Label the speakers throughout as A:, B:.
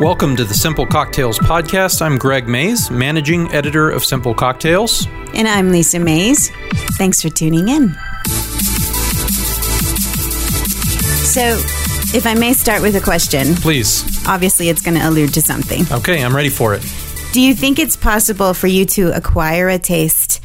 A: Welcome to the Simple Cocktails Podcast. I'm Greg Mays, managing editor of Simple Cocktails.
B: And I'm Lisa Mays. Thanks for tuning in. So, if I may start with a question,
A: Please.
B: obviously it's going to allude to something.
A: Okay, I'm ready for it.
B: Do you think it's possible for you to acquire a taste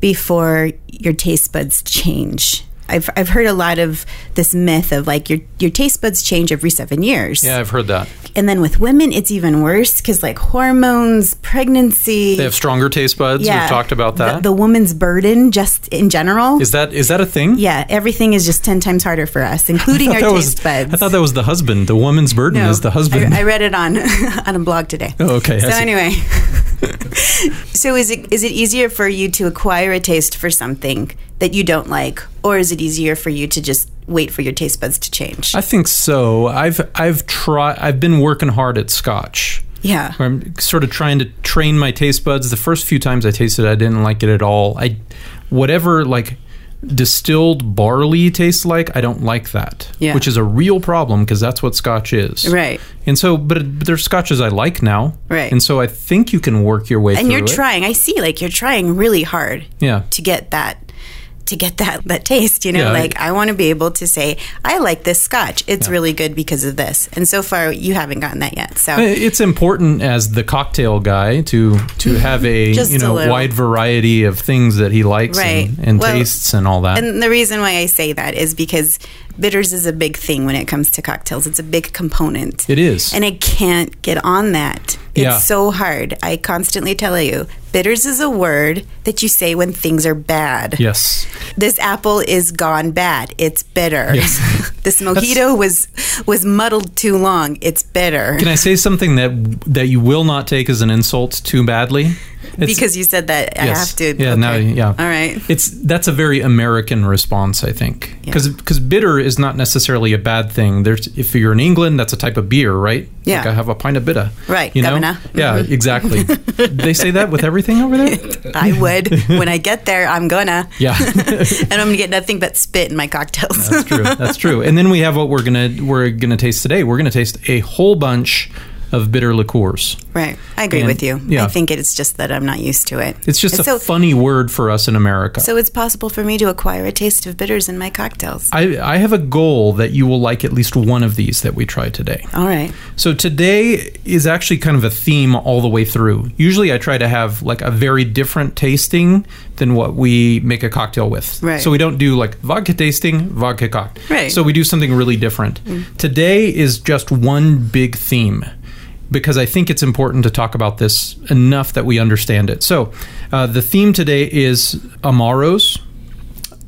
B: before your taste buds change? I've, I've heard a lot of this myth of like your your taste buds change every seven years.
A: Yeah, I've heard that.
B: And then with women, it's even worse because like hormones, pregnancy.
A: They have stronger taste buds. We've talked about
B: the-
A: that. Is
B: The, woman's burden, just in general.
A: that is that a thing?
B: yeah, everything is just 10 times harder for us, including
A: I
B: our
A: thought, that was,
B: taste buds.
A: I thought that was the husband. The woman's burden
B: No,
A: is the husband.
B: I, I read it on on a blog today.
A: Oh, okay, I
B: So
A: see.
B: anyway, so is it is it easier for you to acquire a taste for something that you don't like, or is it easier for you to just wait for your taste buds to change?
A: I think so. I've I've tried. I've been working hard at Scotch.
B: yeah.
A: where I'm sort of trying to train my taste buds. The first few times I tasted, it, I didn't like it at all. I, whatever like distilled barley tastes like, I don't like that.
B: Yeah.
A: which is a real problem because that's what Scotch is.
B: Right.
A: And so, but, but there's Scotches I like now.
B: Right.
A: And so I think you can work your way
B: And
A: through
B: you're
A: it.
B: trying. I see, like you're trying really hard.
A: Yeah.
B: To get that. To get that that taste, you know,
A: Yeah, I-
B: like I, want to be able to say I like this Scotch. It's really good because of this, and so far you haven't gotten that yet. So
A: It's important as the cocktail guy to to have a
B: Just
A: you
B: a
A: know
B: little.
A: wide variety of things that he likes
B: Right.
A: and, and
B: Well,
A: tastes and all that.
B: And the reason why I say that is because bitters is a big thing when it comes to cocktails. It's a big component.
A: it is.
B: And I can't get on that. It's
A: Yeah.
B: so hard. I constantly tell you, bitters is a word that you say when things are bad.
A: yes.
B: This apple is gone bad. It's bitter.
A: Yes.
B: this mojito was was muddled too long. It's bitter.
A: Can I say something that that you will not take as an insult too badly? It's,
B: because you said that I
A: Yes.
B: have to
A: Yeah,
B: okay.
A: no, yeah.
B: All right.
A: it's that's a very American response, I think,
B: Yeah.
A: because bitter is not necessarily a bad thing. There's if you're in England, that's a type of beer, right?
B: Yeah.
A: like I have a pint of bitter.
B: Right,
A: you know.
B: governor. Mm-hmm.
A: Yeah, exactly. they say that with everything over there.
B: I would. when I get there, I'm gonna.
A: Yeah,
B: and I'm gonna get nothing but spit in my cocktails.
A: that's true. That's true. And then we have what we're gonna we're gonna taste today. We're gonna taste a whole bunch of bitter liqueurs.
B: Right. I agree
A: And-
B: with you.
A: yeah.
B: I think it's just that I'm not used to it.
A: It's just
B: And
A: a
B: so,
A: funny word for us in America.
B: so it's possible for me to acquire a taste of bitters in my cocktails.
A: I, I have a goal that you will like at least one of these that we try today.
B: All right.
A: So today is actually kind of a theme all the way through. Usually I try to have like a very different tasting than what we make a cocktail with.
B: Right.
A: So we don't do like vodka tasting, vodka cocktail.
B: Right. Mm.
A: So we do something really different. Today is just one big theme because I think it's important to talk about this enough that we understand it. So uh, the theme today is amaros,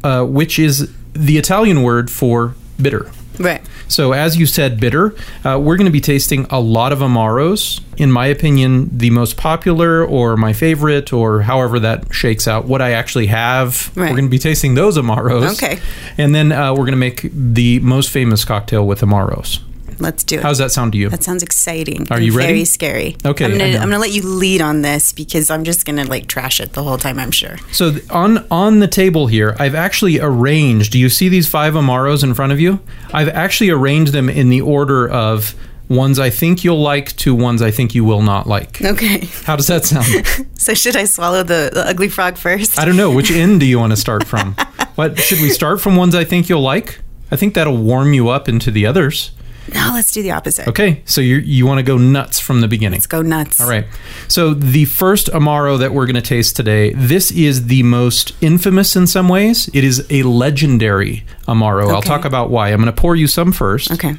A: uh, which is the Italian word for bitter.
B: Right.
A: So, as you said, bitter, uh, we're going to be tasting a lot of Amaros. In my opinion, the most popular or my favorite, or however that shakes out, what I actually have,
B: Right.
A: we're going to be tasting those Amaros.
B: Okay.
A: And then uh, we're going to make the most famous cocktail with Amaros.
B: Let's do it.
A: How's that sound to you?
B: that sounds exciting.
A: Are
B: and
A: you ready?
B: Very scary.
A: Okay,
B: I'm
A: I
B: gonna,
A: know.
B: I'm gonna let you lead on this because I'm just gonna like trash it the whole time. I'm sure.
A: So th- on on the table here, I've actually arranged. Do you see these five amaros in front of you? I've actually arranged them in the order of ones I think you'll like to ones I think you will not like.
B: Okay.
A: How does that sound?
B: So should I swallow the, the ugly frog first?
A: I don't know. Which end do you want to start from? what should we start from? Ones I think you'll like. I think that'll warm you up into the others.
B: no. Let's do the opposite.
A: Okay, so you you want to go nuts from the beginning.
B: Let's go nuts.
A: All right. So the first amaro that we're going to taste today, this is the most infamous in some ways. It is a legendary amaro. I'll
B: Okay.
A: talk about why. I'm going to pour you some first.
B: Okay.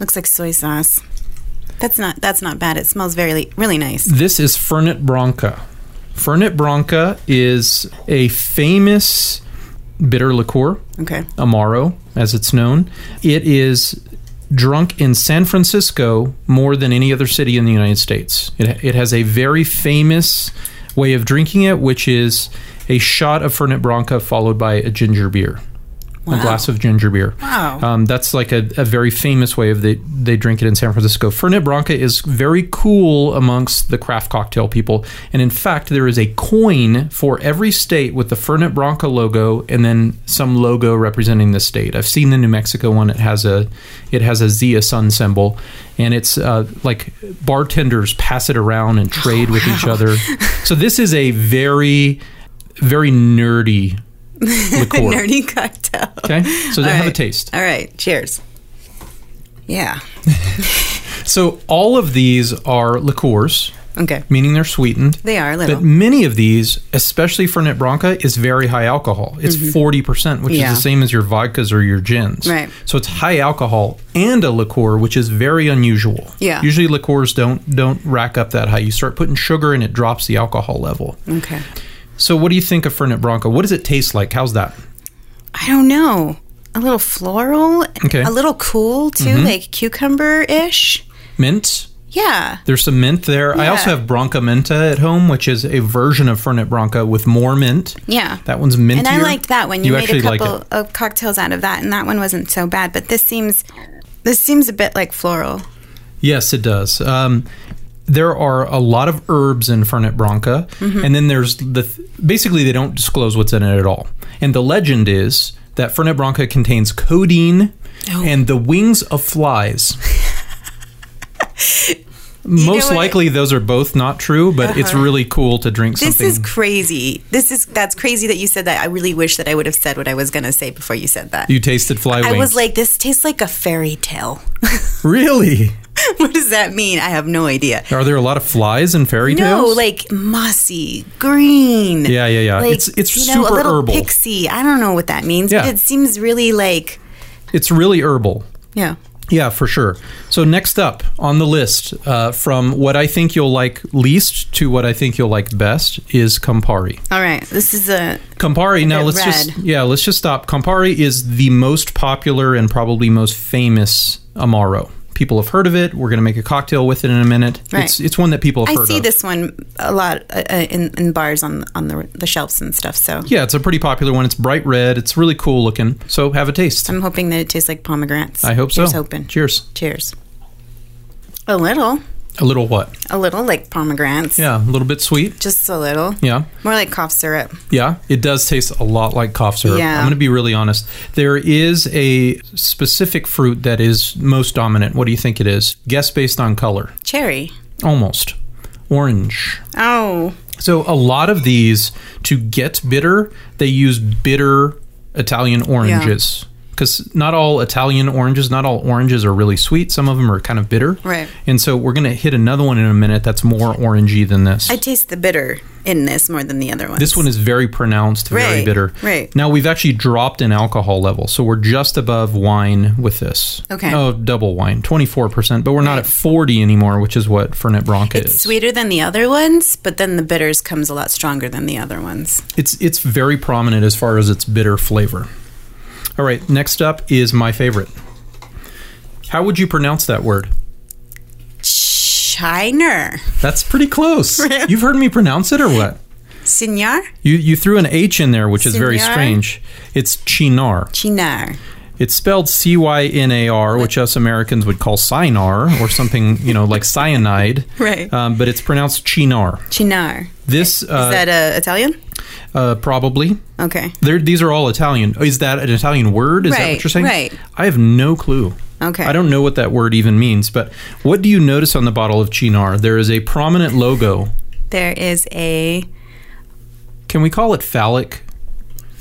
B: Looks like soy sauce. That's not. That's not bad. It smells very really nice.
A: This is Fernet Branca. Fernet Branca is a famous bitter liqueur.
B: Okay.
A: Amaro, as it's known. It is drunk in San Francisco more than any other city in the United States. It, it has a very famous way of drinking it, which is a shot of Fernet Branca followed by a ginger beer. a glass of ginger beer.
B: Wow.
A: Um, that's like a, a very famous way of they, they drink it in San Francisco. Fernet Branca is very cool amongst the craft cocktail people. And in fact, there is a coin for every state with the Fernet Branca logo and then some logo representing the state. I've seen the New Mexico one. It has a it has a Zia sun symbol. And it's uh, like bartenders pass it around and trade with each other. So this is a very, very nerdy liqueur.
B: Nerdy cocktail.
A: Okay, so
B: All
A: they have a
B: right.
A: taste.
B: All right. Cheers. Yeah.
A: So all of these are liqueurs,
B: Okay.
A: meaning they're sweetened.
B: They are a little.
A: But many of these, especially Fernet Branca, is very high alcohol. It's 40%, which
B: Mm-hmm. Yeah.
A: is the same as your vodkas or your gins.
B: Right.
A: So it's high alcohol and a liqueur, which is very unusual.
B: Yeah.
A: Usually liqueurs don't don't rack up that high. You start putting sugar and it drops the alcohol level.
B: okay.
A: So what do you think of Fernet Branca? What does it taste like? How's that?
B: I don't know. A little floral.
A: Okay. Mm-hmm.
B: A little cool too, like cucumber ish.
A: Mint?
B: Yeah.
A: There's some mint there. I
B: Yeah.
A: also have Bronca Menta at home, which is a version of Fernet Branca with more mint.
B: Yeah.
A: That one's mintier.
B: and I liked that one. You, made a
A: actually like
B: couple
A: it.
B: of cocktails out of that, and that one wasn't so bad. But this seems, this seems a bit like floral.
A: Yes, it does. Um, there are a lot of herbs in Fernet Branca,
B: Mm-hmm.
A: and then there's the th- basically they don't disclose what's in it at all. And the legend is that Fernet Branca contains codeine
B: Oh.
A: and the wings of flies. Most
B: what? Uh-huh.
A: likely, those are both not true, but it's really cool to drink
B: This
A: something.
B: is crazy. This is that's crazy that you said that. I really wish that I would have said what I was gonna say before you said that.
A: you tasted fly
B: I
A: wings.
B: was like, this tastes like a fairy tale.
A: really?
B: what does that mean? I have no idea.
A: Are there a lot of flies in fairy
B: No,
A: tales?
B: like mossy, green.
A: Yeah, yeah, yeah.
B: Like,
A: It's- it's
B: you know,
A: super
B: a little
A: herbal.
B: pixie. I don't know what that means,
A: Yeah.
B: but it seems really like
A: it's really herbal.
B: yeah.
A: Yeah, for sure. So next up on the list, uh, from what I think you'll like least to what I think you'll like best, is Campari.
B: All right, this is a
A: Campari. Now
B: bit
A: let's
B: red.
A: just yeah, let's just stop. Campari is the most popular and probably most famous amaro. People have heard of it. We're going to make a cocktail with it in a minute.
B: Right.
A: It's it's one that people have
B: I
A: heard
B: see
A: of.
B: this one a lot uh, uh, in, in bars on on the, the shelves and stuff. So
A: Yeah, it's a pretty popular one. It's bright red. It's really cool looking. So have a taste.
B: I'm hoping that it tastes like pomegranates.
A: I hope so.
B: Here's hoping.
A: Cheers.
B: Cheers. A little,
A: A little what?
B: a little like pomegranates.
A: Yeah, a little bit sweet.
B: Just a little.
A: Yeah.
B: More like cough syrup.
A: Yeah, it does taste a lot like cough syrup.
B: Yeah.
A: I'm going to be really honest. There is a specific fruit that is most dominant. What do you think it is? Guess based on color.
B: Cherry.
A: Almost. Orange.
B: Oh.
A: So a lot of these to get bitter, they use bitter Italian oranges. Because not all Italian oranges, not all oranges are really sweet. Some of them are kind of bitter.
B: Right.
A: And so we're going to hit another one in a minute that's more orangey than this.
B: I taste the bitter in this more than the other one.
A: This one is very pronounced, very
B: Right,
A: bitter.
B: right.
A: Now we've actually dropped an alcohol level, so we're just above wine with this.
B: Okay.
A: Oh, double wine, twenty four percent, but we're not at forty anymore, which is what Fernet Branca
B: It's
A: is.
B: sweeter than the other ones, but then the bitters comes a lot stronger than the other ones.
A: It's it's very prominent as far as its bitter flavor. All right, next up is my favorite. How would you pronounce that word?
B: Shiner.
A: That's pretty close. You've heard me pronounce it or what?
B: Signor?
A: You you threw an H in there, which is very
B: Signar?
A: strange. It's Chinar.
B: Chinar.
A: It's spelled C Y N A R, which us Americans would call cynar or something, you know, like cyanide.
B: Right.
A: Um, but it's pronounced chinar.
B: Chinar.
A: This
B: Is
A: uh,
B: that uh, Italian?
A: uh, probably.
B: Okay.
A: They're, these are all Italian. Is that an Italian word? Is that
B: Right,
A: what you're saying?
B: right.
A: I have no clue.
B: Okay.
A: I don't know what that word even means. But what do you notice on the bottle of chinar? There is a prominent logo.
B: There is a
A: Can we call it phallic?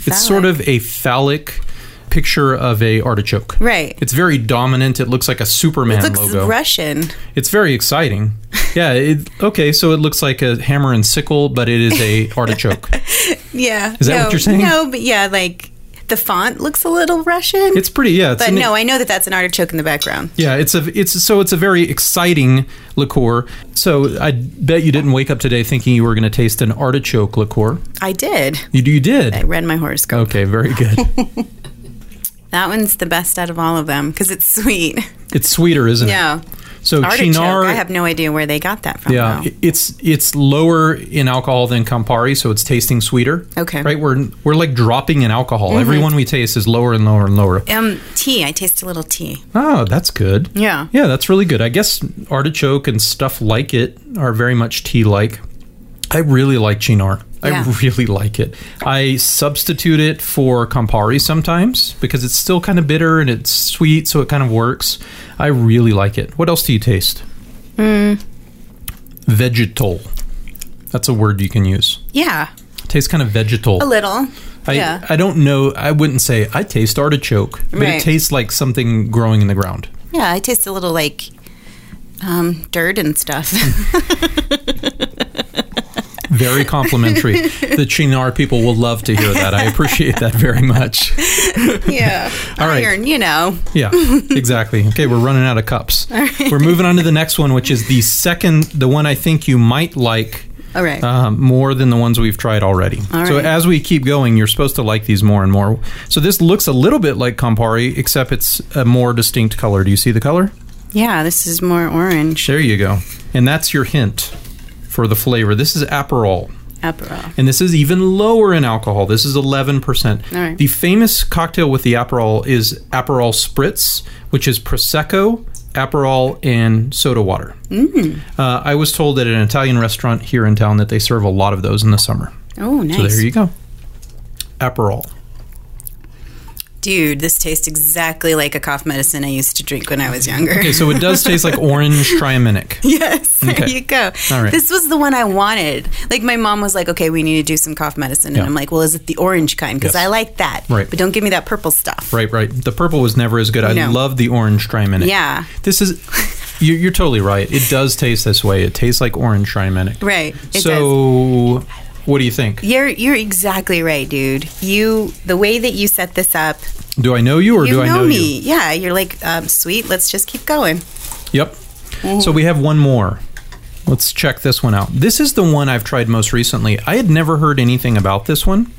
A: It's sort
B: Phallic.
A: of a phallic picture of a artichoke.
B: right.
A: It's very dominant. It looks like a Superman
B: looks
A: logo.
B: Russian.
A: It's very exciting. Yeah. It, okay. So it looks like a hammer and sickle, but it is a artichoke.
B: Yeah.
A: Is that what
B: No,
A: you're saying?
B: No, but yeah, like the font looks a little Russian.
A: It's pretty. Yeah. It's
B: but
A: an-
B: no, I know that that's an artichoke in the background.
A: Yeah. It's a. It's so it's a very exciting liqueur. So I bet you didn't wake up today thinking you were going to taste an artichoke liqueur.
B: I did.
A: You you
B: I
A: did.
B: read my horoscope.
A: Okay. Very good.
B: That one's the best out of all of them because it's sweet.
A: it's sweeter, isn't it?
B: Yeah.
A: So
B: Artichoke.
A: Chinar,
B: I have no idea where they got that from.
A: yeah,
B: though.
A: i- it's it's lower in alcohol than Campari, so it's tasting sweeter.
B: Okay. Mm-hmm.
A: right? We're we're like dropping in alcohol. Every one we taste is lower and lower and lower.
B: Um, tea. I taste a little tea.
A: Oh, that's good.
B: Yeah.
A: Yeah, that's really good. I guess artichoke and stuff like it are very much tea like. I really like Chinar.
B: Yeah.
A: I really like it. I substitute it for Campari sometimes because it's still kind of bitter and it's sweet, so it kind of works. I really like it. What else do you taste?
B: Mm.
A: Vegetal. That's a word you can use.
B: Yeah.
A: tastes kind of vegetal.
B: A little.
A: I,
B: yeah.
A: I don't know. I wouldn't say I taste artichoke, but
B: Right.
A: it tastes like something growing in the ground.
B: yeah. I taste a little like um, dirt and stuff.
A: Very complimentary. the Chinar people will love to hear that. I appreciate that very much.
B: yeah.
A: All right.
B: Iron. You know.
A: Yeah, exactly. Okay, we're running out of cups. We're moving on to the next one, which is the second, the one I think you might like
B: All right.
A: um, more than the ones we've tried already.
B: All
A: so
B: right.
A: as we keep going, you're supposed to like these more and more. So this looks a little bit like Campari, except it's a more distinct color. Do you see the color?
B: yeah. This is more orange.
A: There you go. And that's your hint for the flavor. This is Aperol.
B: Aperol.
A: and this is even lower in alcohol. This is 11%.
B: All right.
A: The famous cocktail with the Aperol is Aperol Spritz, which is Prosecco, Aperol, and soda water.
B: Mm.
A: Uh, I was told at an Italian restaurant here in town that they serve a lot of those in the summer.
B: Oh, nice.
A: So there you go. Aperol.
B: Dude, this tastes exactly like a cough medicine I used to drink when I was younger.
A: Okay, so it does taste like orange triaminic.
B: Yes, there
A: Okay.
B: you go.
A: All right.
B: This was the one I wanted. Like my mom was like, "Okay, we need to do some cough medicine,"
A: Yeah.
B: and I'm like, "Well, is it the orange kind? Because
A: Yes.
B: I like that.
A: Right.
B: But don't give me that purple stuff.
A: Right, right. The purple was never as good. I
B: No.
A: love the orange triaminic.
B: Yeah.
A: This is, you- you're totally right. It does taste this way. It tastes like orange triaminic.
B: Right. It does.
A: so, what do you think?
B: You're you're exactly right, dude. You the way that you set this up,
A: Do I know you or
B: you
A: do
B: know,
A: I know
B: me.
A: you?
B: Yeah, you're like, um, sweet. Let's just keep going.
A: Yep.
B: Mm-hmm.
A: So we have one more. Let's check this one out. This is the one I've tried most recently. I had never heard anything about this one.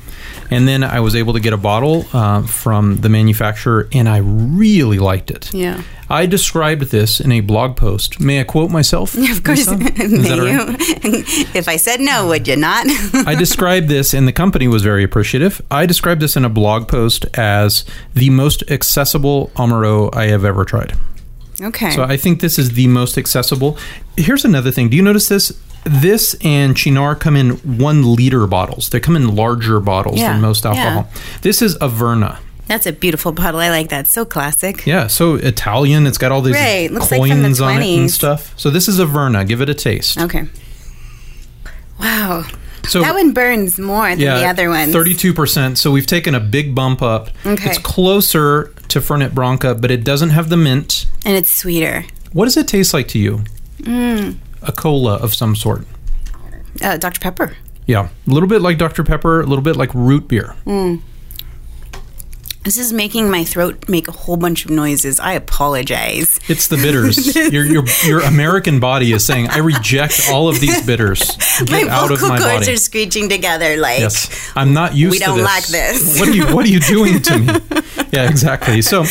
A: And then I was able to get a bottle uh, from the manufacturer and I really liked it.
B: Yeah.
A: I described this in a blog post. May I quote myself?
B: Of course,
A: Lisa? Is
B: may
A: that all right?
B: you? if I said no, would you not?
A: I described this, and the company was very appreciative. I described this in a blog post as the most accessible Amaro I have ever tried.
B: okay.
A: So I think this is the most accessible. Here's another thing. Do you notice this? This and Chinar come in one liter bottles. They come in larger bottles
B: Yeah,
A: than most alcohol. This is Averna.
B: That's a beautiful bottle. I like that. So classic.
A: Yeah, so Italian. It's got all these
B: Right, looks like from the
A: coins on it and
B: 20s.
A: stuff. So this is Averna. Give it a taste.
B: Okay. Wow.
A: So
B: that one burns more than the other one.
A: Thirty-two percent. So we've taken a big bump up.
B: Okay.
A: It's closer to Fernet Branca, but it doesn't have the mint.
B: And it's sweeter.
A: What does it taste like to you?
B: Hmm.
A: A cola of some sort.
B: Uh, Dr. Pepper.
A: Yeah, a little bit like Dr Pepper, a little bit like root beer.
B: This is making my throat make a whole bunch of noises. I apologize.
A: It's the bitters. your, your your American body is saying, "I reject all of these bitters. Get
B: my
A: out of
B: vocal
A: my
B: cords
A: body."
B: are screeching together like
A: Yes, I'm not used.
B: We
A: to
B: don't
A: this.
B: like this.
A: What are you What are you doing to me? yeah, exactly. So,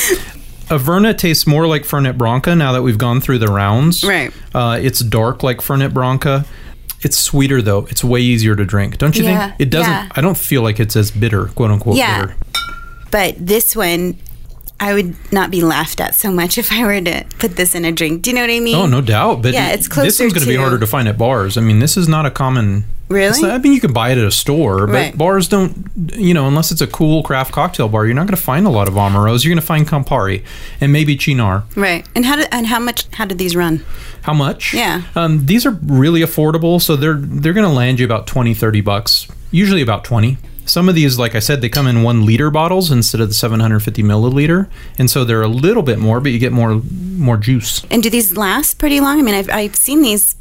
A: Averna tastes more like Fernet Branca now that we've gone through the rounds.
B: Right.
A: Uh, it's dark like Fernet Branca. It's sweeter though. It's way easier to drink, don't you
B: Yeah,
A: think? It doesn't.
B: yeah.
A: I don't feel like it's as bitter, quote unquote.
B: Yeah.
A: Bitter.
B: But this one I would not be laughed at so much if I were to put this in a drink. Do you know what I mean?
A: Oh, no doubt. But
B: Yeah, it's
A: This
B: closer
A: one's going to be
B: to-
A: harder to find at bars. I mean, this is not a common.
B: Really?
A: it's not- I mean, you can buy it at a store, but
B: Right.
A: bars don't. You know, unless it's a cool craft cocktail bar, you're not going to find a lot of Amaros. You're going to find Campari and maybe Chinar.
B: Right. And how did and how much how did these run?
A: How much?
B: Yeah.
A: Um, these are really affordable, so they're they're going to land you about 20, 30 bucks. Usually about 20. Some of these, like I said, they come in one liter bottles instead of the 750 milliliter, and so they're a little bit more, but you get more more juice.
B: And do these last pretty long? I mean, I've I've seen these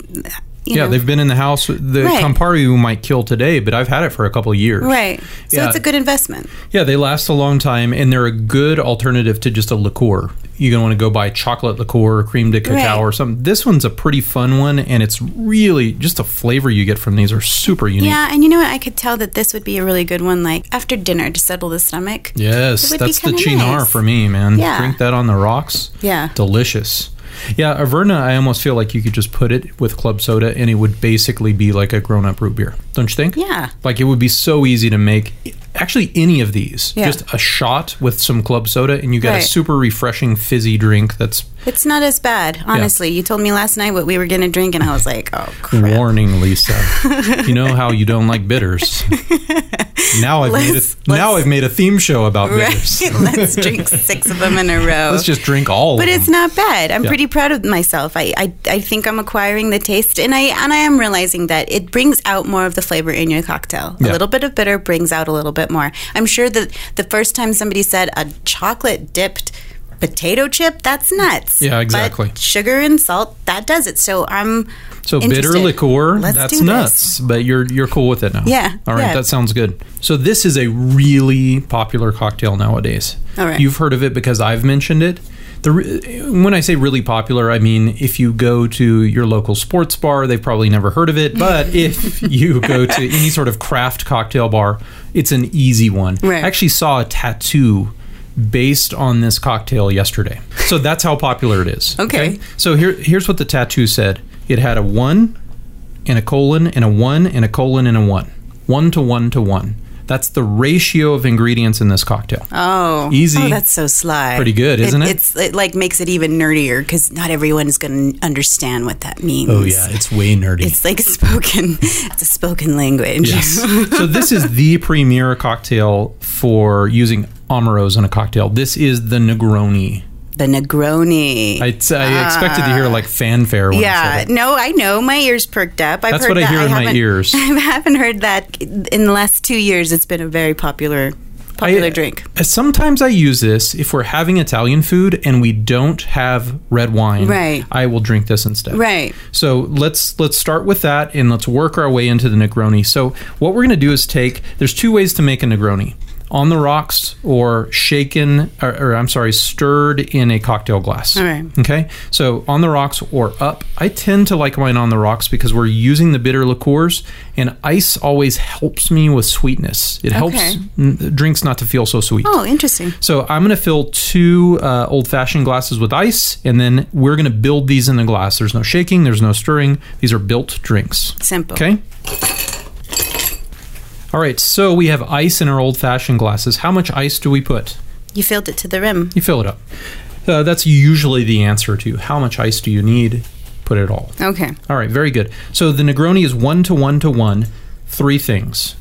B: you
A: Yeah,
B: know.
A: they've been in the house. The
B: Right.
A: Campari you might kill today, but I've had it for a couple of years.
B: Right. So
A: Yeah.
B: it's a good investment.
A: Yeah, they last a long time, and they're a good alternative to just a liqueur. You're gonna want to go buy chocolate liqueur, or cream de cacao,
B: Right.
A: or something. This one's a pretty fun one, and it's really just the flavor you get from these are super unique.
B: Yeah, and you know what? I could tell that this would be a really good one, like after dinner to settle the stomach.
A: Yes,
B: It would be
A: that's the
B: kinda
A: chinar
B: nice.
A: for me, man.
B: Yeah.
A: Drink that on the rocks.
B: Yeah.
A: Delicious. Yeah, Averna, I almost feel like you could just put it with club soda and it would basically be like a grown up root beer. Don't you think?
B: Yeah.
A: Like it would be so easy to make actually any of these.
B: Yeah.
A: Just a shot with some club soda and you get a
B: Right.
A: super refreshing fizzy drink that's
B: It's not as bad, honestly. You told me last night what we were going to drink, and I was like, oh, crap.
A: warning, Lisa. you know how you don't like bitters. Now I've made
B: Let's-
A: a, now
B: let's-
A: I've made a theme show about bitters.
B: Right? Let's drink six of them in a row.
A: Let's just drink all
B: but
A: of
B: it's
A: them.
B: not bad. I'm
A: Yeah.
B: pretty proud of myself. I, I, I think I'm acquiring the taste, and I and I am realizing that it brings out more of the flavor in your cocktail.
A: Yeah.
B: A little bit of bitter brings out a little bit more. I'm sure that the first time somebody said a chocolate dipped potato chip, that's nuts.
A: Yeah,
B: But
A: exactly.
B: sugar and salt that does it. So I'm
A: So bitter
B: interested.
A: liqueur,
B: Let's do
A: that's
B: this.
A: nuts. But you're you're cool with it now.
B: Yeah,
A: All right,
B: yeah.
A: that sounds good. So this is a really popular cocktail nowadays.
B: All right.
A: You've heard of it because I've mentioned it. The re- when I say really popular, I mean if you go to your local sports bar, they've probably never heard of it. But if you go to any sort of craft cocktail bar, it's an easy one.
B: Right.
A: I actually saw a tattoo based on this cocktail yesterday. So that's how popular it is.
B: Okay.
A: So here, here's what the tattoo said. It had a one, and a colon, and a one, and a colon, and a one. One to one to one. That's the ratio of ingredients in this cocktail.
B: Oh,
A: Easy.
B: Oh, that's so sly.
A: Pretty good, isn't it?
B: It's it like makes it even nerdier because not everyone is going to understand what that means.
A: Oh, it's way nerdy.
B: it's like spoken. It's a spoken language.
A: Yes. so this is the premier cocktail for using Amaros in a cocktail. This is the Negroni.
B: The Negroni.
A: I, I expected to hear like fanfare. When I
B: yeah,
A: said it.
B: no, I know. My ears perked up. I've
A: That's
B: heard
A: what I
B: that.
A: hear in my
B: haven't-
A: ears.
B: I haven't heard that in the last two years. It's been a very popular popular
A: I-
B: drink.
A: uh, Sometimes I use this if we're having Italian food and we don't have red wine.
B: Right.
A: I will drink this instead.
B: Right.
A: So let's let's start with that and let's work our way into the Negroni. So what we're going to do is take there's two ways to make a Negroni. On the rocks or shaken or, or I'm sorry, stirred in a cocktail glass.
B: All right.
A: Okay? So on the rocks or up. I tend to like mine on the rocks because we're using the bitter liqueurs and ice always helps me with sweetness. It helps
B: Okay.
A: n- drinks not to feel so sweet.
B: Oh, interesting.
A: So I'm going to fill two uh, old-fashioned glasses with ice, and then we're going to build these in the glass. There's no shaking, there's no stirring. These are built drinks.
B: Simple.
A: Okay. All right. So we have ice in our old-fashioned glasses. How much ice do we put?
B: You filled it to the rim.
A: You fill it up. Uh, that's usually the answer to how much ice do you need. Put it all.
B: Okay.
A: All right, very good. So the Negroni is one to one to one. Three things.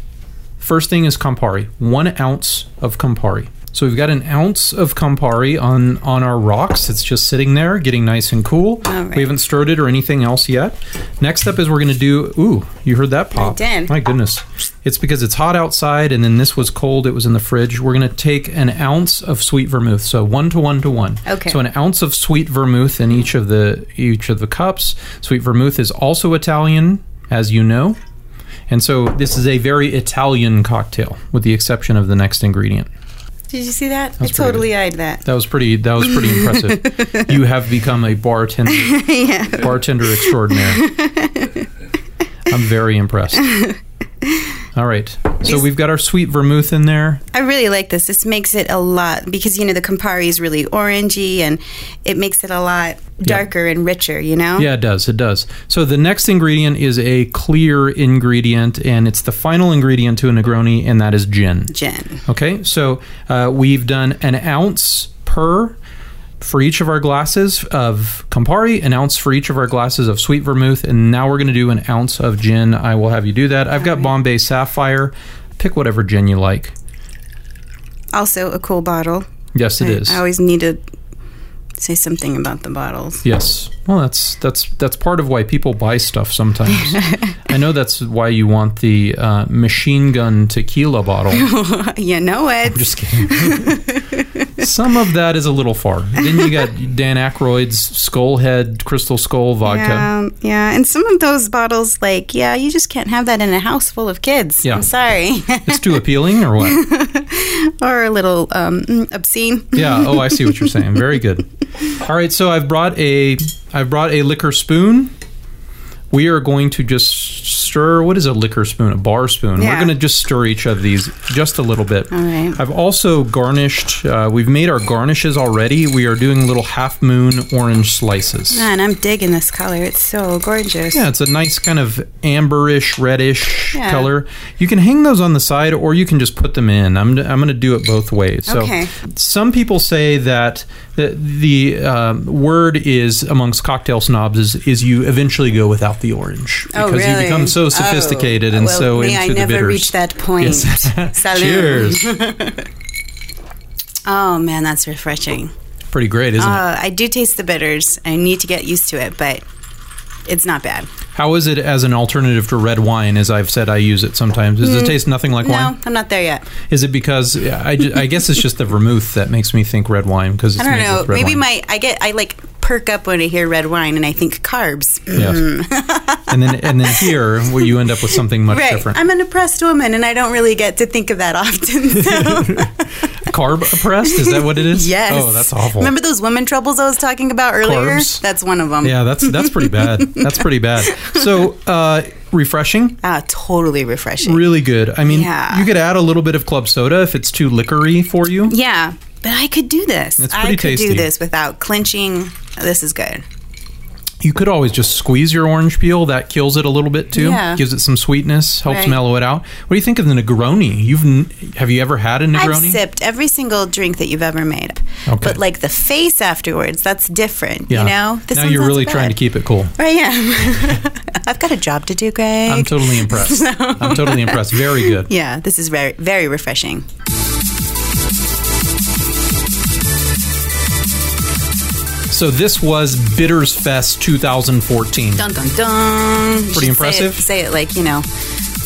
A: First thing is Campari. One ounce of Campari. So we've got an ounce of Campari on on our rocks. It's just sitting there, getting nice and cool.
B: All right.
A: We haven't stirred it or anything else yet. Next up is we're going to do. Ooh, you heard that pop?
B: did.
A: My goodness, it's because it's hot outside, and then this was cold. It was in the fridge. We're going to take an ounce of sweet vermouth. So one to one to one.
B: Okay.
A: So an ounce of sweet vermouth in each of the each of the cups. Sweet vermouth is also Italian, as you know. And so this is a very Italian cocktail with the exception of the next ingredient.
B: Did you see that? I
A: That's pretty
B: totally eyed that.
A: That was pretty that was pretty impressive. You have become a bartender bartender extraordinaire. I'm very impressed. All right. So we've got our sweet vermouth in there.
B: I really like this. This makes it a lot because you know the Campari is really orangey and it makes it a lot darker and richer. You know.
A: Yeah, it does. It does. So the next ingredient is a clear ingredient, and it's the final ingredient to a Negroni, and that is gin.
B: Gin.
A: Okay, so uh, we've done an ounce per for each of our glasses of Campari, an ounce for each of our glasses of sweet vermouth, and now we're going to do an ounce of gin. I will have you do that. I've got Bombay Sapphire. Pick whatever gin you like.
B: Also a cool bottle.
A: Yes, it
B: I,
A: is.
B: I always need to say something about the bottles.
A: Yes. Well, that's that's that's part of why people buy stuff sometimes. I know that's why you want the uh, machine gun tequila bottle. I'm
B: you know it.
A: just kidding. Some of that is a little far. Then you got Dan Aykroyd's Skullhead Crystal Skull vodka.
B: Yeah, yeah, and some of those bottles, like, yeah, you just can't have that in a house full of kids.
A: Yeah.
B: I'm sorry,
A: It's too appealing, or what?
B: or a little um, mm, obscene.
A: Yeah. Oh, I see what you're saying. Very good. All right. So I've brought a I've brought a liquor spoon. we are going to just stir what is a liquor spoon a bar spoon we're
B: Yeah.
A: going to just stir each of these just a little bit
B: All right.
A: i've also garnished uh, we've made our garnishes already we are doing little half moon orange slices
B: Man, I'm digging this color. It's so gorgeous.
A: yeah, it's a nice kind of amberish, reddish
B: Yeah.
A: color. You can hang those on the side, or you can just put them in. I'm, I'm going to do it both ways. So
B: Okay.
A: some people say that the, the um, word is amongst cocktail snobs is, is you eventually go without the orange
B: Oh,
A: because you
B: really?
A: become so
B: Oh,
A: sophisticated and
B: well,
A: so
B: may
A: into
B: I
A: the
B: never
A: bitters.
B: reach that point.
A: Yes.
B: Salud.
A: Cheers.
B: Oh man, that's refreshing.
A: Pretty great, isn't it?
B: Uh, I do taste the bitters. I need to get used to it, but it's not bad.
A: How is it as an alternative to red wine? As I've said, I use it sometimes. Does it taste nothing like wine?
B: Hmm. No, I'm not there yet.
A: Is it because yeah, I, ju- I guess it's just the vermouth that makes me think red wine because it's
B: I don't
A: made
B: know.
A: with red
B: Maybe
A: wine.
B: my I get I like perk up when I hear red wine and I think carbs.
A: yes. and then and then here where you end up with something much
B: Mm. Right.
A: different.
B: I'm an oppressed woman and I don't really get to think of that often. So.
A: Carb oppressed is that what it is?
B: yes.
A: Oh, that's awful.
B: Remember those women troubles I was talking about earlier?
A: Carbs?
B: That's one of them.
A: yeah, that's that's pretty bad. That's pretty bad. So uh, refreshing.
B: Ah, totally refreshing.
A: Really good. I mean,
B: Yeah.
A: you could add a little bit of club soda if it's too liquory for you.
B: Yeah, but I could do this.
A: It's
B: I
A: pretty
B: could
A: tasty.
B: do this without clinching. This is good.
A: You could always just squeeze your orange peel. That kills it a little bit too.
B: Yeah.
A: Gives it some sweetness. Helps
B: Right.
A: mellow it out. What do you think of the Negroni? You've n- have you ever had a Negroni?
B: I've sipped every single drink that you've ever made.
A: Okay.
B: But like the face afterwards, that's different. You know?
A: now
B: one's
A: you're
B: not
A: really
B: so
A: trying to
B: bad.
A: keep it cool.
B: I am. I've got a job to do, Greg.
A: I'm totally impressed. I'm totally impressed. Very good.
B: yeah, this is very, very refreshing.
A: So this was Bitters Fest 2014.
B: Dun dun dun. You should say it-
A: impressive.
B: Say it, like you know,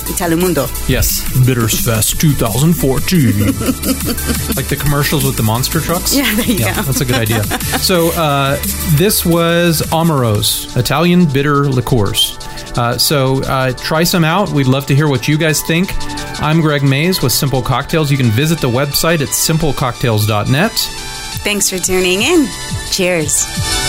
B: Italiamundo.
A: Yes, Bitters Fest 2014. like the commercials with the monster trucks.
B: Yeah, there you go.
A: that's a good idea. so uh, this was Amaro's Italian bitter liqueurs. Uh, so uh, try some out. We'd love to hear what you guys think. I'm Greg Mays with Simple Cocktails. You can visit the website at simplecocktails.net.
B: Thanks for tuning in. Cheers.